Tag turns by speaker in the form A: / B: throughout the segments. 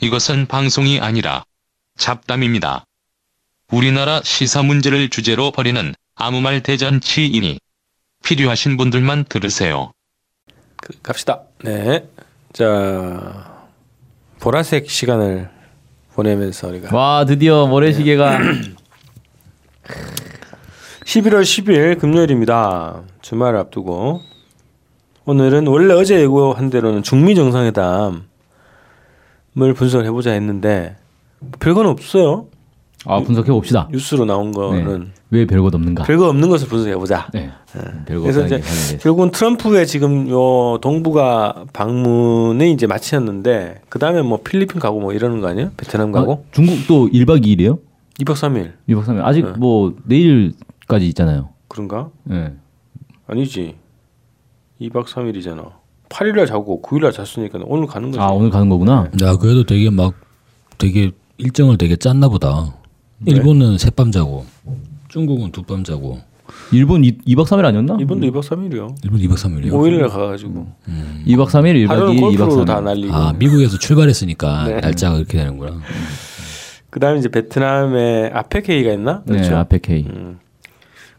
A: 이것은 방송이 아니라 잡담입니다. 우리나라 시사 문제를 주제로 벌이는 아무 말 대잔치이니 필요하신 분들만 들으세요.
B: 그, 갑시다. 네. 자, 보라색 시간을 보내면서 우리가 네.
C: 와 드디어 모래시계가
B: 11월 10일 금요일입니다. 주말을 앞두고 오늘은 원래 어제 예고한 대로는 중미 정상회담을 분석을 해보자 했는데 별건 없어요.
C: 아 분석해 봅시다.
B: 뉴스로 나온 거는
C: 네. 왜 별것 없는가?
B: 별거 없는 것을 분석해보자.
C: 네. 별거
B: 그래서
C: 없다는
B: 이제 뭐
C: 게 사실
B: 결국은 트럼프의 지금 요 동북아 방문이 이제 마치셨는데 그 다음에 뭐 필리핀 가고 뭐 이러는 거 아니에요? 베트남 가고?
C: 아, 중국도 1박 2일이에요?
B: 2박 3일 예.
C: 2박 3일. 아직 뭐 내일까지 있잖아요.
B: 그런가?
C: 네.
B: 아니지 2박 3일이잖아 8일날 자고 9일날 잤으니까 오늘 가는 거지
C: 아 오늘 가는 거구나.
D: 야, 그래도 되게 막 되게 일정을 되게 짰나 보다.
B: 네.
D: 일본은 새밤 자고 중국은 두밤 자고
C: 일본 2, 2박 3일 아니었나?
B: 이번도 2박 3일이요
D: 일본 2박 3일이요.
B: 5일날 가가지고
C: 2박 음. 3일, 1박
B: 하루는
C: 2일, 2박
B: 골프로 다
C: 3일.
B: 날리고
D: 아, 미국에서 출발했으니까
B: 네.
D: 날짜가 그렇게 되는구나.
B: 그 다음에 이제 베트남에 아페케이가 있나?
C: 네,
B: 그렇죠?
C: 앞에 K.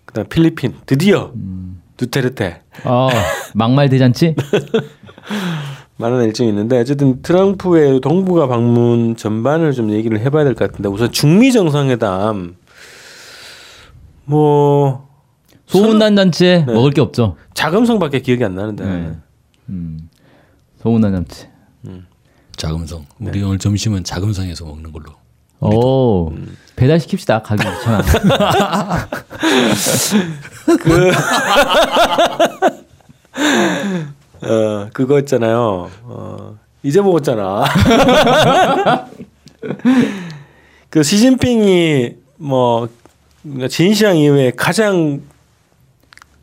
B: 그 다음 필리핀 드디어
C: 음.
B: 두테르테
C: 아, 막말 대잔치?
B: 많은 일정이 있는데 어쨌든 트럼프의 동북아 방문 전반을 좀 얘기를 해봐야 될 것 같은데 우선 중미 정상회담 뭐
C: 소문난 잔치에
B: 네.
C: 먹을 게 없죠.
B: 자금성밖에 기억이 안 나는데
C: 네. 음. 소문난 잔치.
D: 자금성. 우리 오늘 점심은 자금성에서 먹는 걸로.
C: 음. 오,
B: 음.
C: 배달시킵시다. 가기 귀찮아.
B: 어 그거 있잖아요 어 이제 먹었잖아 그 시진핑이 뭐 그러니까 진시황 이후에 가장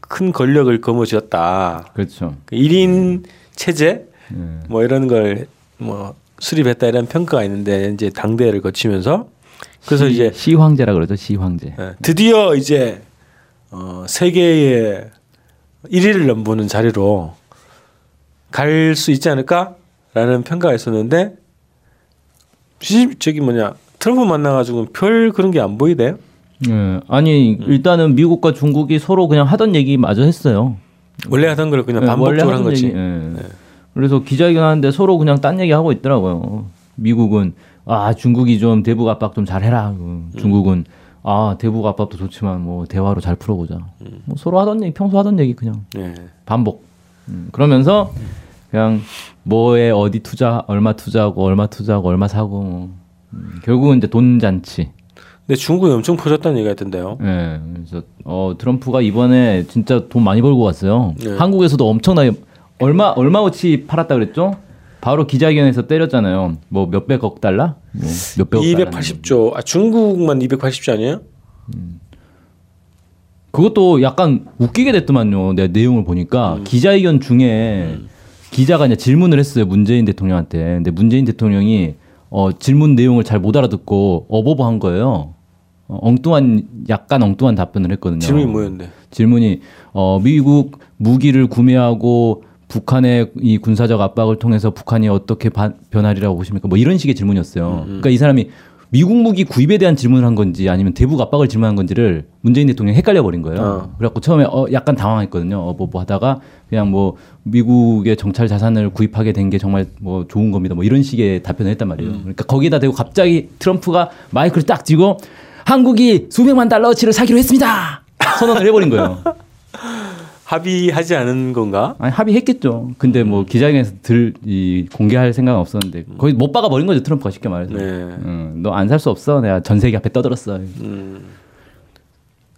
B: 큰 권력을 거머쥐었다
C: 그렇죠.
B: 그 1인 체제
C: 네.
B: 뭐 이런 걸 뭐 수립했다 이런 평가가 있는데 이제 당대회를 거치면서 그래서 이제
C: 시황제라 그러죠. 시황제.
B: 예, 드디어 이제 어, 세계의 1위를 넘보는 자리로 갈 수 있지 않을까라는 평가가 있었는데 시- 저기 뭐냐 트럼프 만나가지고 별 그런 게 안 보이대요.
C: 예, 아니
B: 음.
C: 일단은 미국과 중국이 서로 그냥 하던 얘기 마저 했어요.
B: 원래 하던 걸 그냥
C: 예, 원래
B: 반복적으로 한
C: 하던
B: 거지. 네.
C: 얘기, 예. 그래서 기자회견 하는데 서로 그냥 딴 얘기 하고 있더라고요. 미국은 아 중국이 좀 대북 압박 좀 잘해라. 음, 중국은 아 대북 압박도 좋지만 뭐 대화로 잘 풀어보자. 뭐 서로 하던 얘기 평소 하던 얘기 그냥
B: 예.
C: 반복. 음, 그러면서 그냥 뭐에 어디 투자 얼마 투자하고 얼마 투자하고 얼마 사고 뭐. 음, 결국은 이제 돈 잔치.
B: 근데 중국이 엄청 퍼졌다는 얘기가 있던데요.
C: 예. 그래서 어, 트럼프가 이번에 진짜 돈 많이 벌고 갔어요.
B: 네.
C: 한국에서도 엄청나게 얼마 얼마어치 팔았다 그랬죠? 바로 기자회견에서 때렸잖아요. 뭐 몇백억 달러? 뭐 몇백억 달러.
B: 280조. 아 중국만 280조 아니에요?
C: 그것도 약간 웃기게 됐더만요. 내 내용을 보니까
B: 음.
C: 기자회견 중에 기자가 이제 질문을 했어요. 문재인 대통령한테. 근데 문재인 대통령이 어, 질문 내용을 잘 못 알아듣고 어버버한 거예요. 어, 엉뚱한 약간 엉뚱한 답변을 했거든요.
B: 질문이 뭐였는데?
C: 질문이 어, 미국 무기를 구매하고 북한의 이 군사적 압박을 통해서 북한이 어떻게 바- 변하리라고 보십니까? 뭐 이런 식의 질문이었어요. 그러니까 이 사람이 미국 무기 구입에 대한 질문을 한 건지 아니면 대북 압박을 질문한 건지를 문재인 대통령이 헷갈려 버린 거예요.
B: 어.
C: 그래갖고 처음에 어, 약간 당황했거든요. 어, 뭐, 뭐 하다가 그냥 뭐 미국의 정찰 자산을 구입하게 된 게 정말 뭐 좋은 겁니다. 뭐 이런 식의 답변을 했단 말이에요.
B: 음.
C: 그러니까 거기다 대고 갑자기 트럼프가 마이크를 딱 쥐고 한국이 수백만 달러어치를 사기로 했습니다. 선언을 해버린 거예요.
B: 합의하지 않은 건가?
C: 아니 합의했겠죠. 근데 뭐 기자회견에서 들이 공개할 생각은 없었는데 거의 못 박아 버린 거죠 트럼프가 쉽게 말해서.
B: 음.
C: 음,
B: 네.
C: 너 안 살 수 없어. 내가 전 세계 앞에 떠들었어.
B: 음.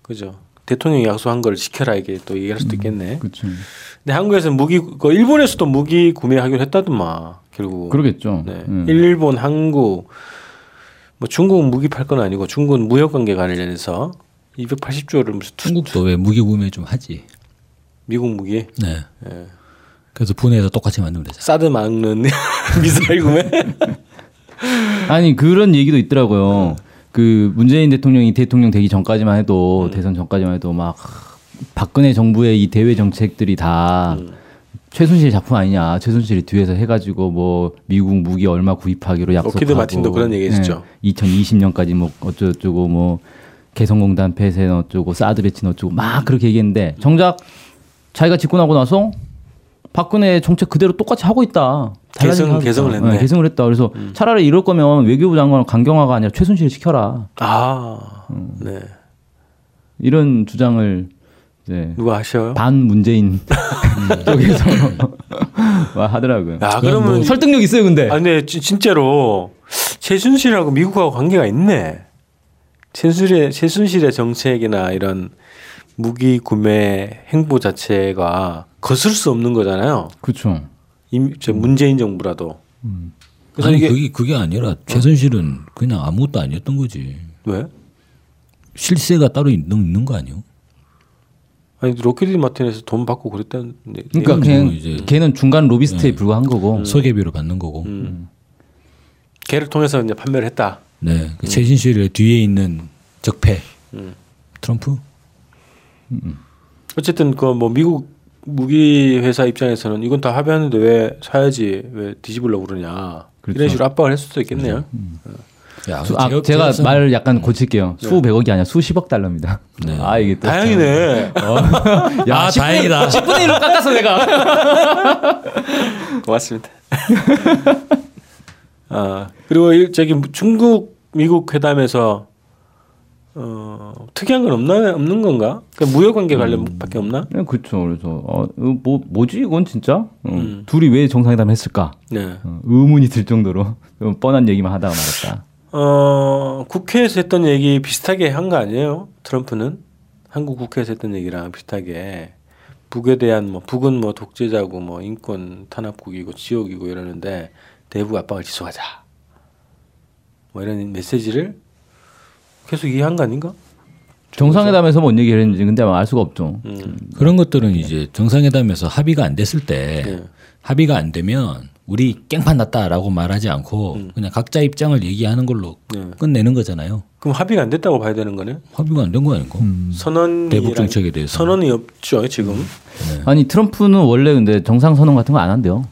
B: 그죠. 대통령이 약속한 걸 지켜라 이게 또 얘기할 수도 있겠네.
C: 그렇죠.
B: 근데 한국에서는 무기 그 일본에서도 무기 구매하기로 했다더만 결국.
C: 그러겠죠.
B: 네.
C: 음.
B: 일본, 한국 뭐 중국은 무기 팔 건 아니고 중국은 무역 관계 관련해서 280조를 무슨 투,
D: 중국도 왜 무기 구매 좀 하지?
B: 미국 무기
D: 네. 그래서 분해해서 똑같이 만들면 되잖아.
B: 사드 막는 미사일 구매.
C: 아니 그런 얘기도 있더라고요.
B: 네.
C: 그 문재인 대통령이 대통령 되기 전까지만 해도
B: 음. 음.
C: 대선 전까지만 해도 막 박근혜 정부의 이 대외 정책들이 다 최순실 작품 아니냐. 최순실이 뒤에서 해가지고 뭐 미국 무기 얼마 구입하기로 약속하고. 네.
B: 로키드 마틴도 그런 어, 얘기 했었죠.
C: 2020년까지 뭐 어쩌고저쩌고 뭐 개성공단 폐쇄 어쩌고 사드 배치 어쩌고 막 그렇게 얘기했는데 정작 자기가 집권하고 나서 박근혜 정책 그대로 똑같이 하고 있다.
B: 개성-
C: 달라진 게 하고 있다.
B: 개성을 했네. 음.
C: 네, 개성을 했다. 그래서 차라리 이럴 거면 외교부 장관 강경화가 아니라 최순실 시켜라.
B: 아, 네.
C: 이런 주장을 이제
B: 누가 하셔요?
C: 반 문재인 쪽에서 와 하더라고요.
B: 아, 그러면
D: 뭐
C: 설득력 있어요, 근데.
B: 아, 근데 지- 진짜로 최순실하고 미국하고 관계가 있네. 최순실의 최순실의 정책이나 이런 무기 구매 행보 자체가 거슬 수 없는 거잖아요.
C: 그렇죠.
B: 임- 저 문재인 정부라도 그래서
D: 아니
B: 이게-
D: 그게 그게 아니라 최순실은 그냥 아무것도 아니었던 거지.
B: 왜?
D: 실세가 따로 있는, 있는 거 아니요?
B: 아니 로키드 마틴에서 돈 받고 그랬다는. 얘기-
C: 그러니까
D: 이건
C: 그냥
D: 뭐 이제- 네.
C: 걔는 중간 로비스트에 불과한 거고.
D: 소개비로 받는 거고.
B: 음. 걔를 통해서 이제 판매를 했다.
D: 네, 그 최순실의 뒤에 있는 적폐 트럼프.
B: 어쨌든 그 뭐 미국 무기 회사 입장에서는 이건 다 합의하는데 왜 사야지 왜 뒤집으려고 그러냐 이런
C: 그렇죠. 음,
B: 식으로 압박을 했을 수도 있겠네요.
D: 야,
C: 수- 아,
D: 제가-
C: 제가
D: 제가
C: 말 약간 고칠게요. 수 100억이 아니라 수 10억 달러입니다. 아, 이게 또. 그렇죠.
B: 다행이네.
C: 야,
D: 아,
C: 10분의
D: 다행이다.
C: 10분의 1로 깎아서 내가.
B: 고맙습니다. 아 그리고 이- 저기 중국 미국 회담에서 어, 특이한 건 없나 없는 건가? 그 무역 관계 관련밖에 없나?
C: 네, 그렇죠. 그래서 어, 이거 뭐 뭐지 이건 진짜? 어, 둘이 왜 정상회담 했을까?
B: 네.
C: 어, 의문이 들 정도로 좀 뻔한 얘기만 하다가 말았다.
B: 어 국회에서 했던 얘기 비슷하게 한 거 아니에요? 트럼프는 한국 국회에서 했던 얘기랑 비슷하게 북에 대한 뭐 북은 뭐 독재자고 뭐 인권 탄압국이고 지옥이고 이러는데 대북 압박을 지속하자 뭐 이런 메시지를 계속 이해한 거 아닌가?
C: 정상회담에서 뭔 얘기를 했는지 근데 알 수가 없죠.
B: 음,
D: 그런 것들은 이제 정상회담에서 합의가 안 됐을 때
B: 네.
D: 합의가 안 되면 우리 깽판 났다라고 말하지 않고 그냥 각자 입장을 얘기하는 걸로
B: 음. 네.
D: 끝내는 거잖아요.
B: 그럼 합의가 안 됐다고 봐야 되는 거네?
D: 합의가 안 된 거 아닌가?
C: 음.
B: 선언이
D: 대북 정책에 음. 대해서.
B: 선언이 없죠 지금.
C: 아니 트럼프는 원래 근데 정상 선언 같은 거 안 한대요.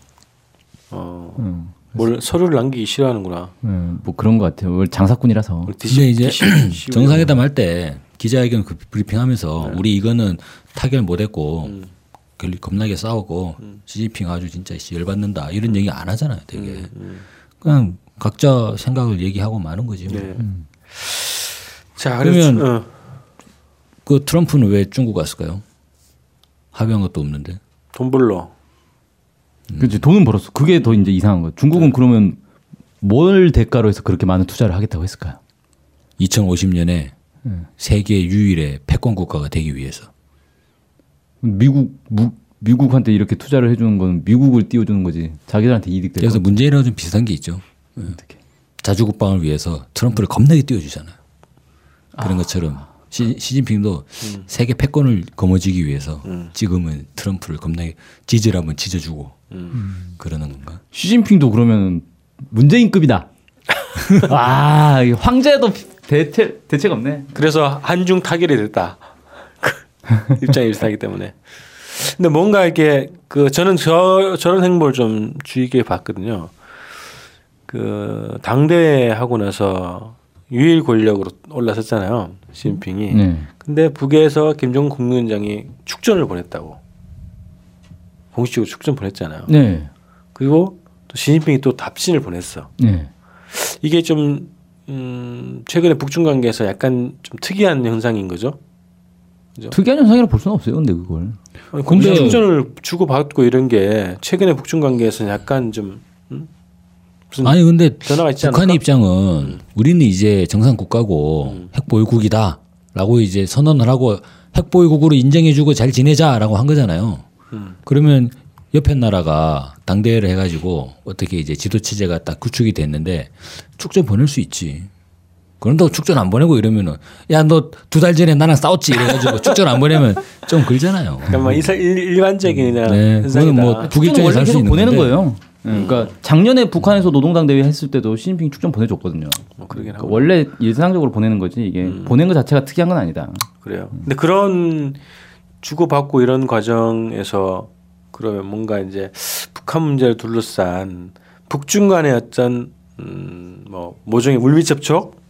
B: 어,
D: 음.
B: 뭘 서류를 남기기 싫어하는구나.
C: 예, 뭐 그런 것 같아요. 원래 장사꾼이라서.
D: 근데 이제
B: 디시-
D: 정상회담 할 때 기자회견 그 브리핑하면서
B: 네.
D: 우리 이거는 타결 못했고
B: 음.
D: 결- 겁나게 싸우고 시진핑 아주 진짜 씨 열받는다 이런
B: 음.
D: 얘기 안 하잖아요. 되게 그냥 각자 생각을 얘기하고 마는 거지. 뭐.
B: 네. 자
D: 그러면-
B: 그러면 어.
D: 그 트럼프는 왜 중국 갔을까요? 합의한 것도 없는데.
B: 돈 벌러.
C: 그렇지 돈은 벌었어. 그게 더 이제 이상한 거예요. 중국은 그러면 뭘 대가로 해서 그렇게 많은 투자를 하겠다고 했을까요?
D: 2050년에 세계 유일의 패권 국가가 되기 위해서.
C: 미국 무, 미국한테 이렇게 투자를 해주는 건 미국을 띄워주는 거지 자기들한테 이득 될
D: 그래서
C: 거.
D: 문재인하고 좀 비슷한 게 있죠.
C: 네,
D: 예.
C: 어떻게?
D: 자주 국방을 위해서 트럼프를 겁나게 띄워주잖아요. 그런 것처럼 시, 시진핑도 세계 패권을 거머쥐기 위해서 지금은 트럼프를 겁나게 지지를 한번 지져주고 그러는 건가?
C: 시진핑도 그러면 문재인급이다. 아 이게 황제도 대체 대책 없네.
B: 그래서 한중 타결이 됐다. 그 입장이 비슷하기 때문에. 근데 뭔가 이렇게 그 저는 저 저런 행보를 좀 주의 깊게 봤거든요. 그 당대회 하고 나서 유일 권력으로 올라섰잖아요. 시진핑이.
C: 네.
B: 근데 북에서 김정은 국무위원장이 축전을 보냈다고. 공식적으로 축전 보냈잖아요.
C: 네.
B: 그리고 또 시진핑이 또 답신을 보냈어.
C: 네.
B: 이게 좀 음, 최근에 북중 관계에서 약간 좀 특이한 현상인 거죠.
C: 특이한 현상이라 볼 수는 없어요. 근데 그걸.
B: 아니, 공식 충전을 주고 받고 이런 게 최근에 북중 관계에서는 약간 좀 음? 무슨
D: 아니 근데
B: 변화가 있지 않을까?
D: 북한의 입장은 우리는 이제 정상 국가고
B: 음.
D: 핵보유국이다라고 이제 선언을 하고 핵보유국으로 인정해주고 잘 지내자라고 한 거잖아요.
B: 음.
D: 그러면 옆에 나라가 당대회를 해가지고 어떻게 이제 지도 체제가 딱 구축이 됐는데 축전 보낼 수 있지. 그런데 축전 안 보내고 이러면은 야 너 두 달 전에 나랑 싸웠지 이래가지고 축전 안 보내면 좀 글잖아요.
B: 그러니까 뭐 이사- 일- 일반적인 그냥
D: 네, 그거는
B: 현상이다.
D: 뭐 북
C: 축전
D: 입장에서
C: 원래
D: 할수
C: 계속
D: 있는
C: 보내는
D: 건데.
C: 거예요. 그러니까 작년에 북한에서 노동당 대회 했을 때도 시진핑 축전 보내줬거든요.
B: 뭐 그러긴
C: 그러니까
B: 하고
C: 원래 일상적으로 보내는 거지 이게 보낸 것 자체가 특이한 건 아니다.
B: 그래요. 근데 그런 주고 받고 이런 과정에서 그러면 뭔가 이제 북한 문제를 둘러싼 북중 간의 어떤 음, 뭐 모종의 물밑 접촉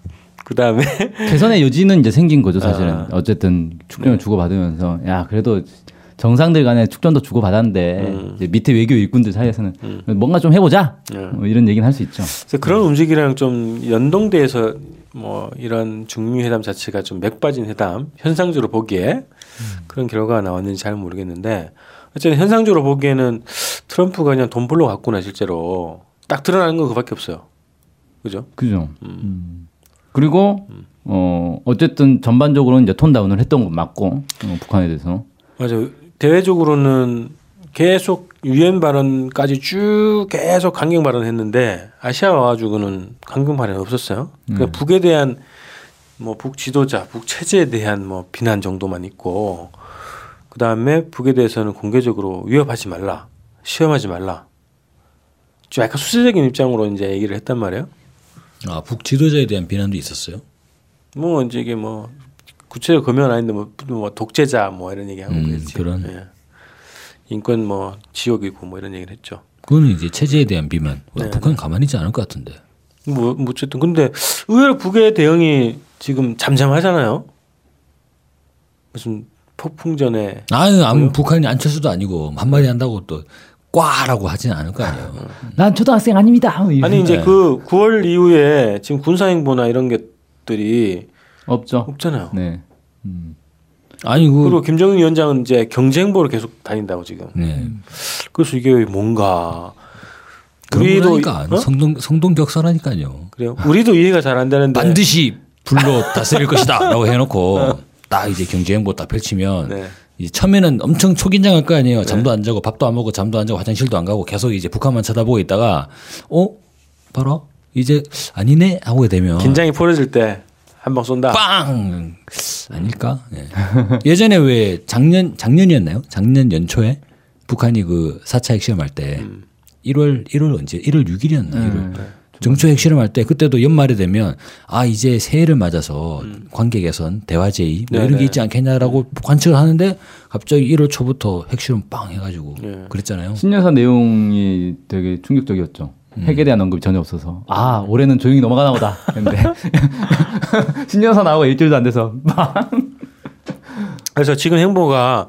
B: 그다음에
C: 개선의 여지는 이제 생긴 거죠 사실은
B: 네. 아. 네.
C: 어쨌든 축전을 주고받으면서 야 그래도 정상들 간에 축전도 주고받았는데
B: 음.
C: 이제 밑에 외교 일꾼들 사이에서는 뭔가 좀 해보자
B: 네.
C: 뭐 이런 얘기는 할 수 있죠
B: 그래서 그런 움직이랑 좀 연동돼서 뭐 이런 중미 회담 자체가 좀 맥빠진 회담 현상적으로 보기에 그런 결과가 나왔는지 잘 모르겠는데 어쨌든 현상적으로 보기에는 트럼프가 그냥 돈 벌러 갔구나 실제로 딱 드러나는 건 그밖에 없어요. 그죠?
C: 그죠 음. 그리고
B: 음.
C: 어 어쨌든 전반적으로는 이제 톤 다운을 했던 건 맞고 어, 북한에 대해서
B: 맞아요. 대외적으로는 계속 유엔 발언까지 쭉 계속 강경 발언했는데 아시아 와가지고는 강경 발언이 없었어요. 그러니까 북에 대한 뭐 북 지도자, 북 체제에 대한 뭐 비난 정도만 있고 그 다음에 북에 대해서는 공개적으로 위협하지 말라, 시험하지 말라. 좀 약간 수세적인 입장으로 이제 얘기를 했단 말이에요.
D: 아, 북 지도자에 대한 비난도 있었어요.
B: 뭐 이제 이게 뭐 구체적 금연 아닌데 뭐, 뭐 독재자 뭐 이런 얘기하고
D: 음,
B: 그랬지.
D: 그런.
B: 예. 인권 뭐 지옥이고 뭐 이런 얘기를 했죠.
D: 그거는 이제 체제에 대한 비만.
B: 네.
D: 북한 가만히 있지 않을 것 같은데.
B: 뭐, 뭐 어쨌든 근데 의외로 북의 대응이 지금 잠잠하잖아요. 무슨 폭풍전에
D: 아유, 아무 북한이 안철수도 아니고
B: 네.
D: 한마디 한다고 또 꽈라고 하진 않을 거 아니에요.
C: 난 초등학생 아닙니다 뭐
B: 음.
C: 이런
B: 아니 이제
D: 네.
B: 그 9월 이후에 지금 군사행보나 이런 것들이
C: 없죠
B: 없잖아요.
C: 네 음.
D: 아니 그
B: 그리고 김정은 위원장은 이제 경제행보를 계속 다닌다고 지금.
D: 네.
B: 그래서 이게 뭔가
D: 그런
B: 우리도
D: 거니까
B: 어?
D: 성동 성동 격설하니까요.
B: 그래요. 우리도 이해가 잘 안 되는데
D: 반드시 불러 다스릴 것이다라고 해놓고 딱 이제 경제행보 딱 펼치면
B: 네.
D: 이제 처음에는 엄청 초긴장할 거 아니에요. 잠도 안 자고 밥도 안 먹고 잠도 안 자고 화장실도 안 가고 계속 이제 북한만 쳐다보고 있다가 어 봐라 이제 아니네 하고 되면
B: 긴장이 풀어질 때 한 방 쏜다.
D: 빵 아닐까? 예. 전에왜 작년 작년이었나요? 작년 연초에 북한이 그 4차 핵실험할 때 1월 1월 언제 1월 6일이었나? 1월 정초 핵실험할 때 그때도 연말에 되면 아 이제 새해를 맞아서 관계 개선 대화 제의 뭐 이런 게 있지 않겠냐라고 관측을 하는데 갑자기 1월 초부터 핵실험 빵 해가지고 그랬잖아요.
C: 신년사 내용이 되게 충격적이었죠. 핵에 대한 언급이 전혀 없어서 음. 아 올해는 조용히 넘어가나 보다 했는데 신년사 나오고 일주일도 안 돼서 막
B: 그래서 지금 행보가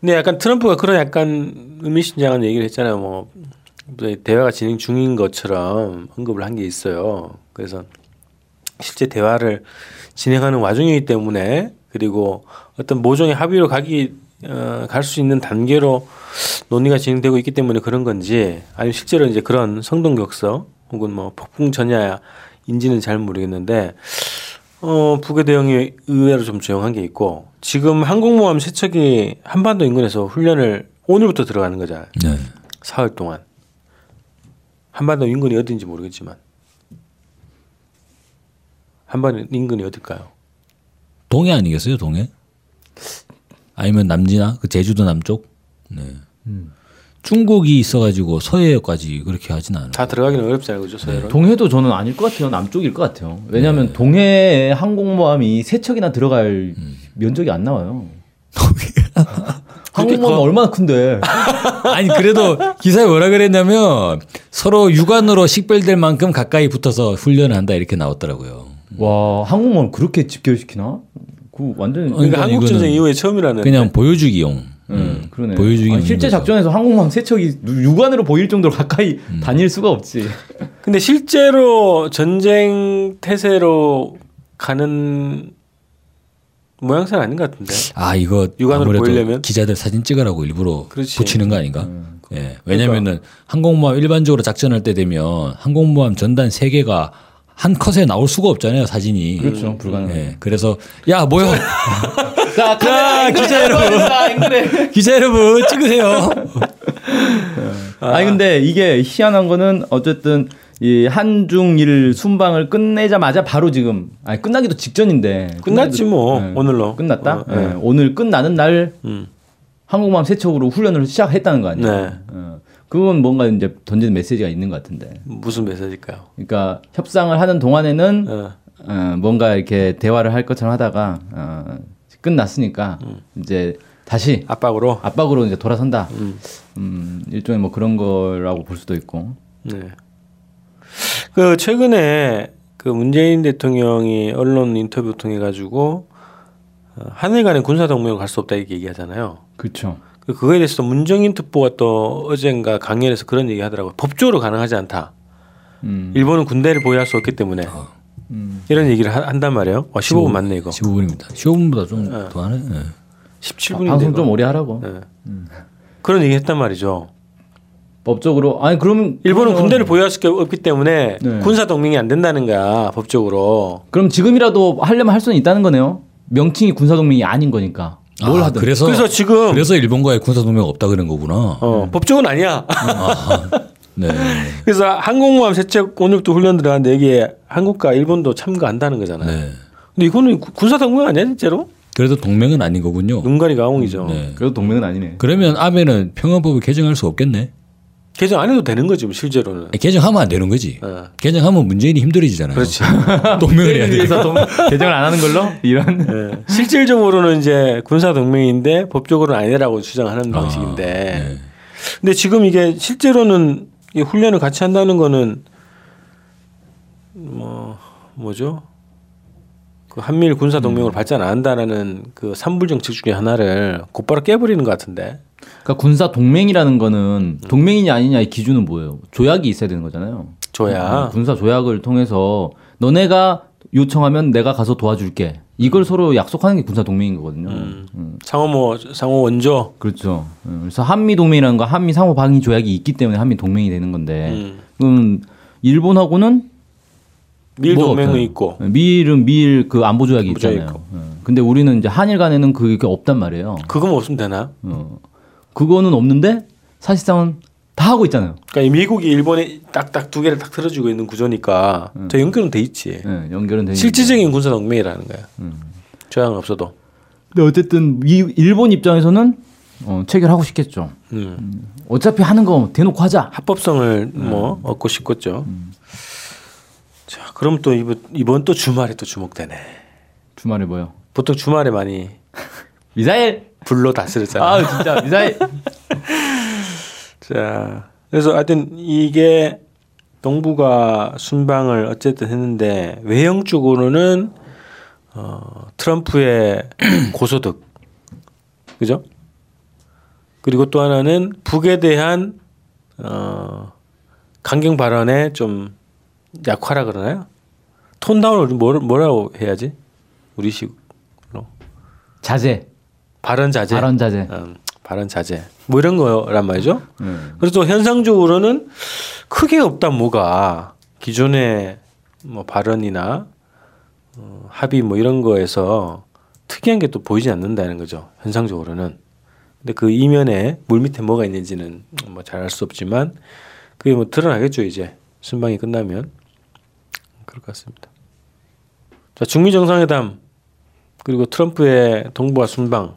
B: 근데 약간 트럼프가 그런 약간 의미심장한 얘기를 했잖아요. 뭐 대화가 진행 중인 것처럼 언급을 한 게 있어요. 그래서 실제 대화를 진행하는 와중이기 때문에 그리고 어떤 모종의 합의로 가기 어, 갈 수 있는 단계로 논의가 진행되고 있기 때문에 그런 건지 아니면 실제로 이제 그런 성동격서 혹은 뭐 폭풍 전야인지는 잘 모르겠는데 어, 북의 대응이 의외로 좀 조용한 게 있고 지금 항공모함 세척이 한반도 인근에서 훈련을 오늘부터 들어가는 거잖아요.
D: 네.
B: 사흘 동안 한반도 인근이 어딘지 모르겠지만 한반도 인근이 어딜까요?
D: 동해 아니겠어요? 동해? 아니면 남지나 그 제주도 남쪽? 네. 중국이 있어가지고 서해까지 그렇게 하진 않아요.
B: 다 들어가기는 어렵잖아요, 그죠? 서해로.
C: 동해도 저는 아닐 것 같아요. 남쪽일 것 같아요. 왜냐하면 동해에 항공모함이 세척이나 들어갈 면적이 안 나와요. 항공모함 얼마나 큰데
D: 아니 그래도 기사에 뭐라 그랬냐면 서로 육안으로 식별될 만큼 가까이 붙어서 훈련을 한다 이렇게 나왔더라고요.
C: 와 항공모함 그렇게 집결시키나? 그 완전
D: 아니,
C: 히 그러니까.
B: 그러니까 한국 전쟁
D: 이거는
B: 이후에 처음이라는.
D: 그냥 보여주기용. 음,
C: 그러네.
D: 보여주기용.
C: 아니, 실제 작전에서 항공모함 세척이 육안으로 보일 정도로 가까이 다닐 수가 없지.
B: 근데 실제로 전쟁 태세로 가는 모양새는 아닌 것 같은데.
D: 아 이거
B: 육안으로
D: 아무래도
B: 보이려면?
D: 기자들 사진 찍으라고 일부러
B: 그렇지.
D: 붙이는 거 아닌가? 예. 왜냐면은 항공모함 일반적으로 작전할 때 되면 항공모함 전단 세 개가 한 컷에 나올 수가 없잖아요 사진이.
C: 그렇죠, 불가능해요.
D: 예. 그래서 야 뭐야
C: 자,
D: 자, 기자 여러분.
C: 앵글에.
D: 기자 여러분 찍으세요.
C: 아니 근데 이게 희한한 거는 어쨌든 이 한중일 순방을 끝내자마자 바로 지금 아니 끝나기도 직전인데
B: 끝났지 뭐,
C: 네.
B: 오늘로.
C: 끝났다.
B: 어, 네.
C: 예, 오늘 끝나는 날
B: 음.
C: 항공모함 세척으로 훈련을 시작했다는 거 아니에요?
B: 네.
C: 예, 그건 뭔가 이제 던지는 메시지가 있는 것 같은데.
B: 무슨 메시지일까요?
C: 그러니까 협상을 하는 동안에는
B: 어. 음.
C: 어, 뭔가 이렇게 대화를 할 것처럼 하다가 어, 끝났으니까 이제 다시
B: 압박으로.
C: 압박으로 이제 돌아선다.
B: 음.
C: 음, 일종의 뭐 그런 거라고 볼 수도 있고.
B: 네. 그 최근에 그 문재인 대통령이 언론 인터뷰 통해 가지고 어, 한일 간의 군사 동맹으로 갈 수 없다 이렇게 얘기하잖아요.
C: 그렇죠.
B: 그- 그거에 대해서 문정인 특보가 또 어젠가 강연에서 그런 얘기 하더라고요. 법적으로 가능하지 않다.
C: 음.
B: 일본은 군대를 보유할 수 없기 때문에
C: 음.
B: 이런 얘기를 하- 한단 말이에요. 와 15분 맞네 이거.
D: 15분입니다. 15분보다 그 좀 더 하네. 예.
B: 17분인데.
C: 방송 좀 오래 하라고.
B: 그런 얘기 했단 말이죠.
C: 법적으로 아니 그러면
B: 일본은
C: 그러면-
B: 군대를 보유할 수 없기 때문에
C: 네.
B: 군사 동맹이 안 된다는 거야 법적으로.
C: 그럼 지금이라도 하려면 할 수는 있다는 거네요. 명칭이 군사동맹이 아닌 거니까. 뭘
D: 아,
C: 하든.
D: 그래서
B: 그래서 지금
D: 그래서 일본과의 군사 동맹 없다 그런 거구나.
B: 어, 법적은 아니야.
D: 네.
B: 그래서 항공모함 세척 원육도 훈련 들어갔는데 여기에 한국과 일본도 참가한다는 거잖아요.
D: 네.
B: 근데 이거는 구- 군사 동맹 아니야 실제로?
D: 그래도 동맹은 아닌 거군요.
B: 눈가리 가홍이죠.
D: 어. 네.
C: 그래도 동맹은 아니네.
D: 그러면 아베는 평화법을 개정할 수 없겠네.
B: 개정 안 해도 되는 거지 뭐 실제로는.
D: 아니, 개정하면 안 되는 거지.
B: 어.
D: 개정하면 문재인이 힘들어지잖아요.
B: 그렇지.
D: 동맹을
B: 네.
D: 해야 돼.
C: 그래서 동, 개정을 안 하는 걸로 이런
B: 예. 실질적으로는 이제 군사 동맹인데 법적으로는 아니라고 주장하는 방식인데.
C: 네.
B: 근데 지금 이게 실제로는 이 훈련을 같이 한다는 거는 뭐 뭐죠? 그 한미일 군사 동맹을
C: 음.
B: 발전 안 한다라는 그 삼불 정책 중에 하나를 곧바로 깨버리는 것 같은데.
C: 그러니까 군사 동맹이라는 거는 동맹이냐 아니냐의 기준은 뭐예요? 조약이 있어야 되는 거잖아요.
B: 줘야.
C: 음, 군사 조약을 통해서 너네가 요청하면 내가 가서 도와줄게. 이걸 서로 약속하는 게 군사 동맹인 거거든요. 음,
B: 상호 뭐 상호 원조.
C: 그렇죠. 음, 그래서 한미 동맹이라는 거 한미 상호 방위 조약이 있기 때문에 한미 동맹이 되는 건데.
B: 음.
C: 그럼 일본하고는
B: 밀
C: 뭐가
B: 동맹은
C: 없잖아요.
B: 있고.
C: 미일은 미일 그 안보 조약이
B: 안보 조약이
C: 있잖아요. 예. 근데 우리는 이제 한일 간에는 그게 없단 말이에요.
B: 그거만 없으면 되나?
C: 어. 그거는 없는데 사실상은 다 하고 있잖아요.
B: 그러니까 이 미국이 일본에 딱딱 두 개를 딱 틀어주고 있는 구조니까
C: 음.
B: 저 연결은 돼 있지.
C: 예, 연결은 되니까.
B: 실질적인 군사 동맹이라는 거야. 조약은 없어도.
C: 근데 어쨌든 이 일본 입장에서는 어, 체결하고 싶겠죠.
B: 음.
C: 어차피 하는 거 대놓고 하자.
B: 합법성을 뭐 얻고 싶겠죠. 자, 그럼 또 이번, 이번 또 주말에 또 주목되네.
C: 주말에 뭐요?
B: 보통 주말에 많이
C: 미사일.
B: 불로 다스렸잖아.
C: 아 진짜 미사일.
B: 자, 그래서 하여튼 이게 동부가 순방을 어쨌든 했는데 외형 쪽으로는 어, 트럼프의 고소득, 그죠? 그리고 또 하나는 북에 대한 어, 강경 발언에 좀 약화라 그러나요? 톤다운을 뭐, 뭐라고 해야지? 우리식으로
C: 자제.
B: 발언 자제,
C: 발언 자제.
B: 음, 발언 자제, 뭐 이런 거란 말이죠.
C: 예.
B: 그래서 또 현상적으로는 크게 없다 뭐가 기존의 뭐 발언이나 어, 합의 뭐 이런 거에서 특이한 게 또 보이지 않는다는 거죠 현상적으로는 근데 그 이면에 물 밑에 뭐가 있는지는 뭐 잘 알 수 없지만 그게 뭐 드러나겠죠 이제 순방이 끝나면 그럴 것 같습니다 자 중미 정상회담 그리고 트럼프의 동부와 순방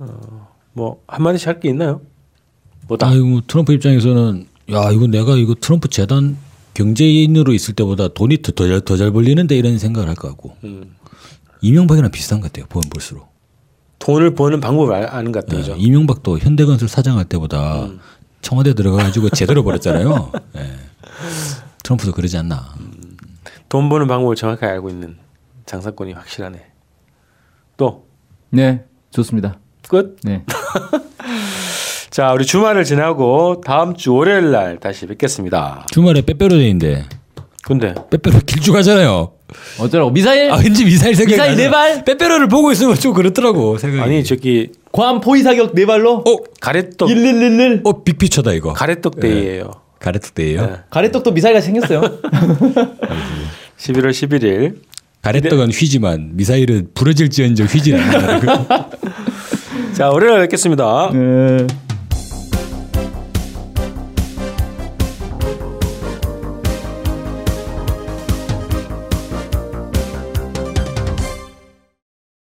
B: 어, 뭐 한마디씩 할 게 있나요? 뭐다
D: 아이고 뭐 트럼프 입장에서는 야 이거 내가 이거 트럼프 재단 경제인으로 있을 때보다 돈이 더잘 더 잘 벌리는데 이런 생각을 할 것 같고
B: 음.
D: 이명박이랑 비슷한 것 같아요. 보면 볼수록
B: 돈을 버는 방법을 아- 아는 것 같아요. 그죠? 음.
D: 예, 이명박도 현대건설 사장할 때보다 청와대 들어가가지고 제대로 벌었잖아요. 예. 트럼프도 그러지 않나.
B: 돈 버는 방법을 정확하게 알고 있는 장사꾼이 확실하네. 또
C: 네, 좋습니다.
B: 끝.
C: 네.
B: 자, 우리 주말을 지나고 다음 주 월요일 날 다시 뵙겠습니다.
D: 주말에 빼빼로데이인데
B: 근데
D: 빼빼로 길쭉하잖아요.
C: 어쩌라고 미사일.
D: 아 왠지 미사일 생각이
C: 미사일 네
D: 나잖아.
C: 발?
D: 빼빼로를 보고 있으면 좀 그렇더라고 생각이.
B: 아니 저기
C: 괌 포위 사격 네 발로.
B: 가래떡
C: 1111.
D: 어 빅피처다 이거.
B: 가래떡 데이예요.
D: 가래떡데이요.
B: 네.
C: 가래떡도 미사일같이 생겼어요.
B: 11월 11일
D: 가래떡은 휘지만 미사일은 부러질지언정 휘지는 않는다는 거.
B: 자, 월요일 날 뵙겠습니다.
C: 네.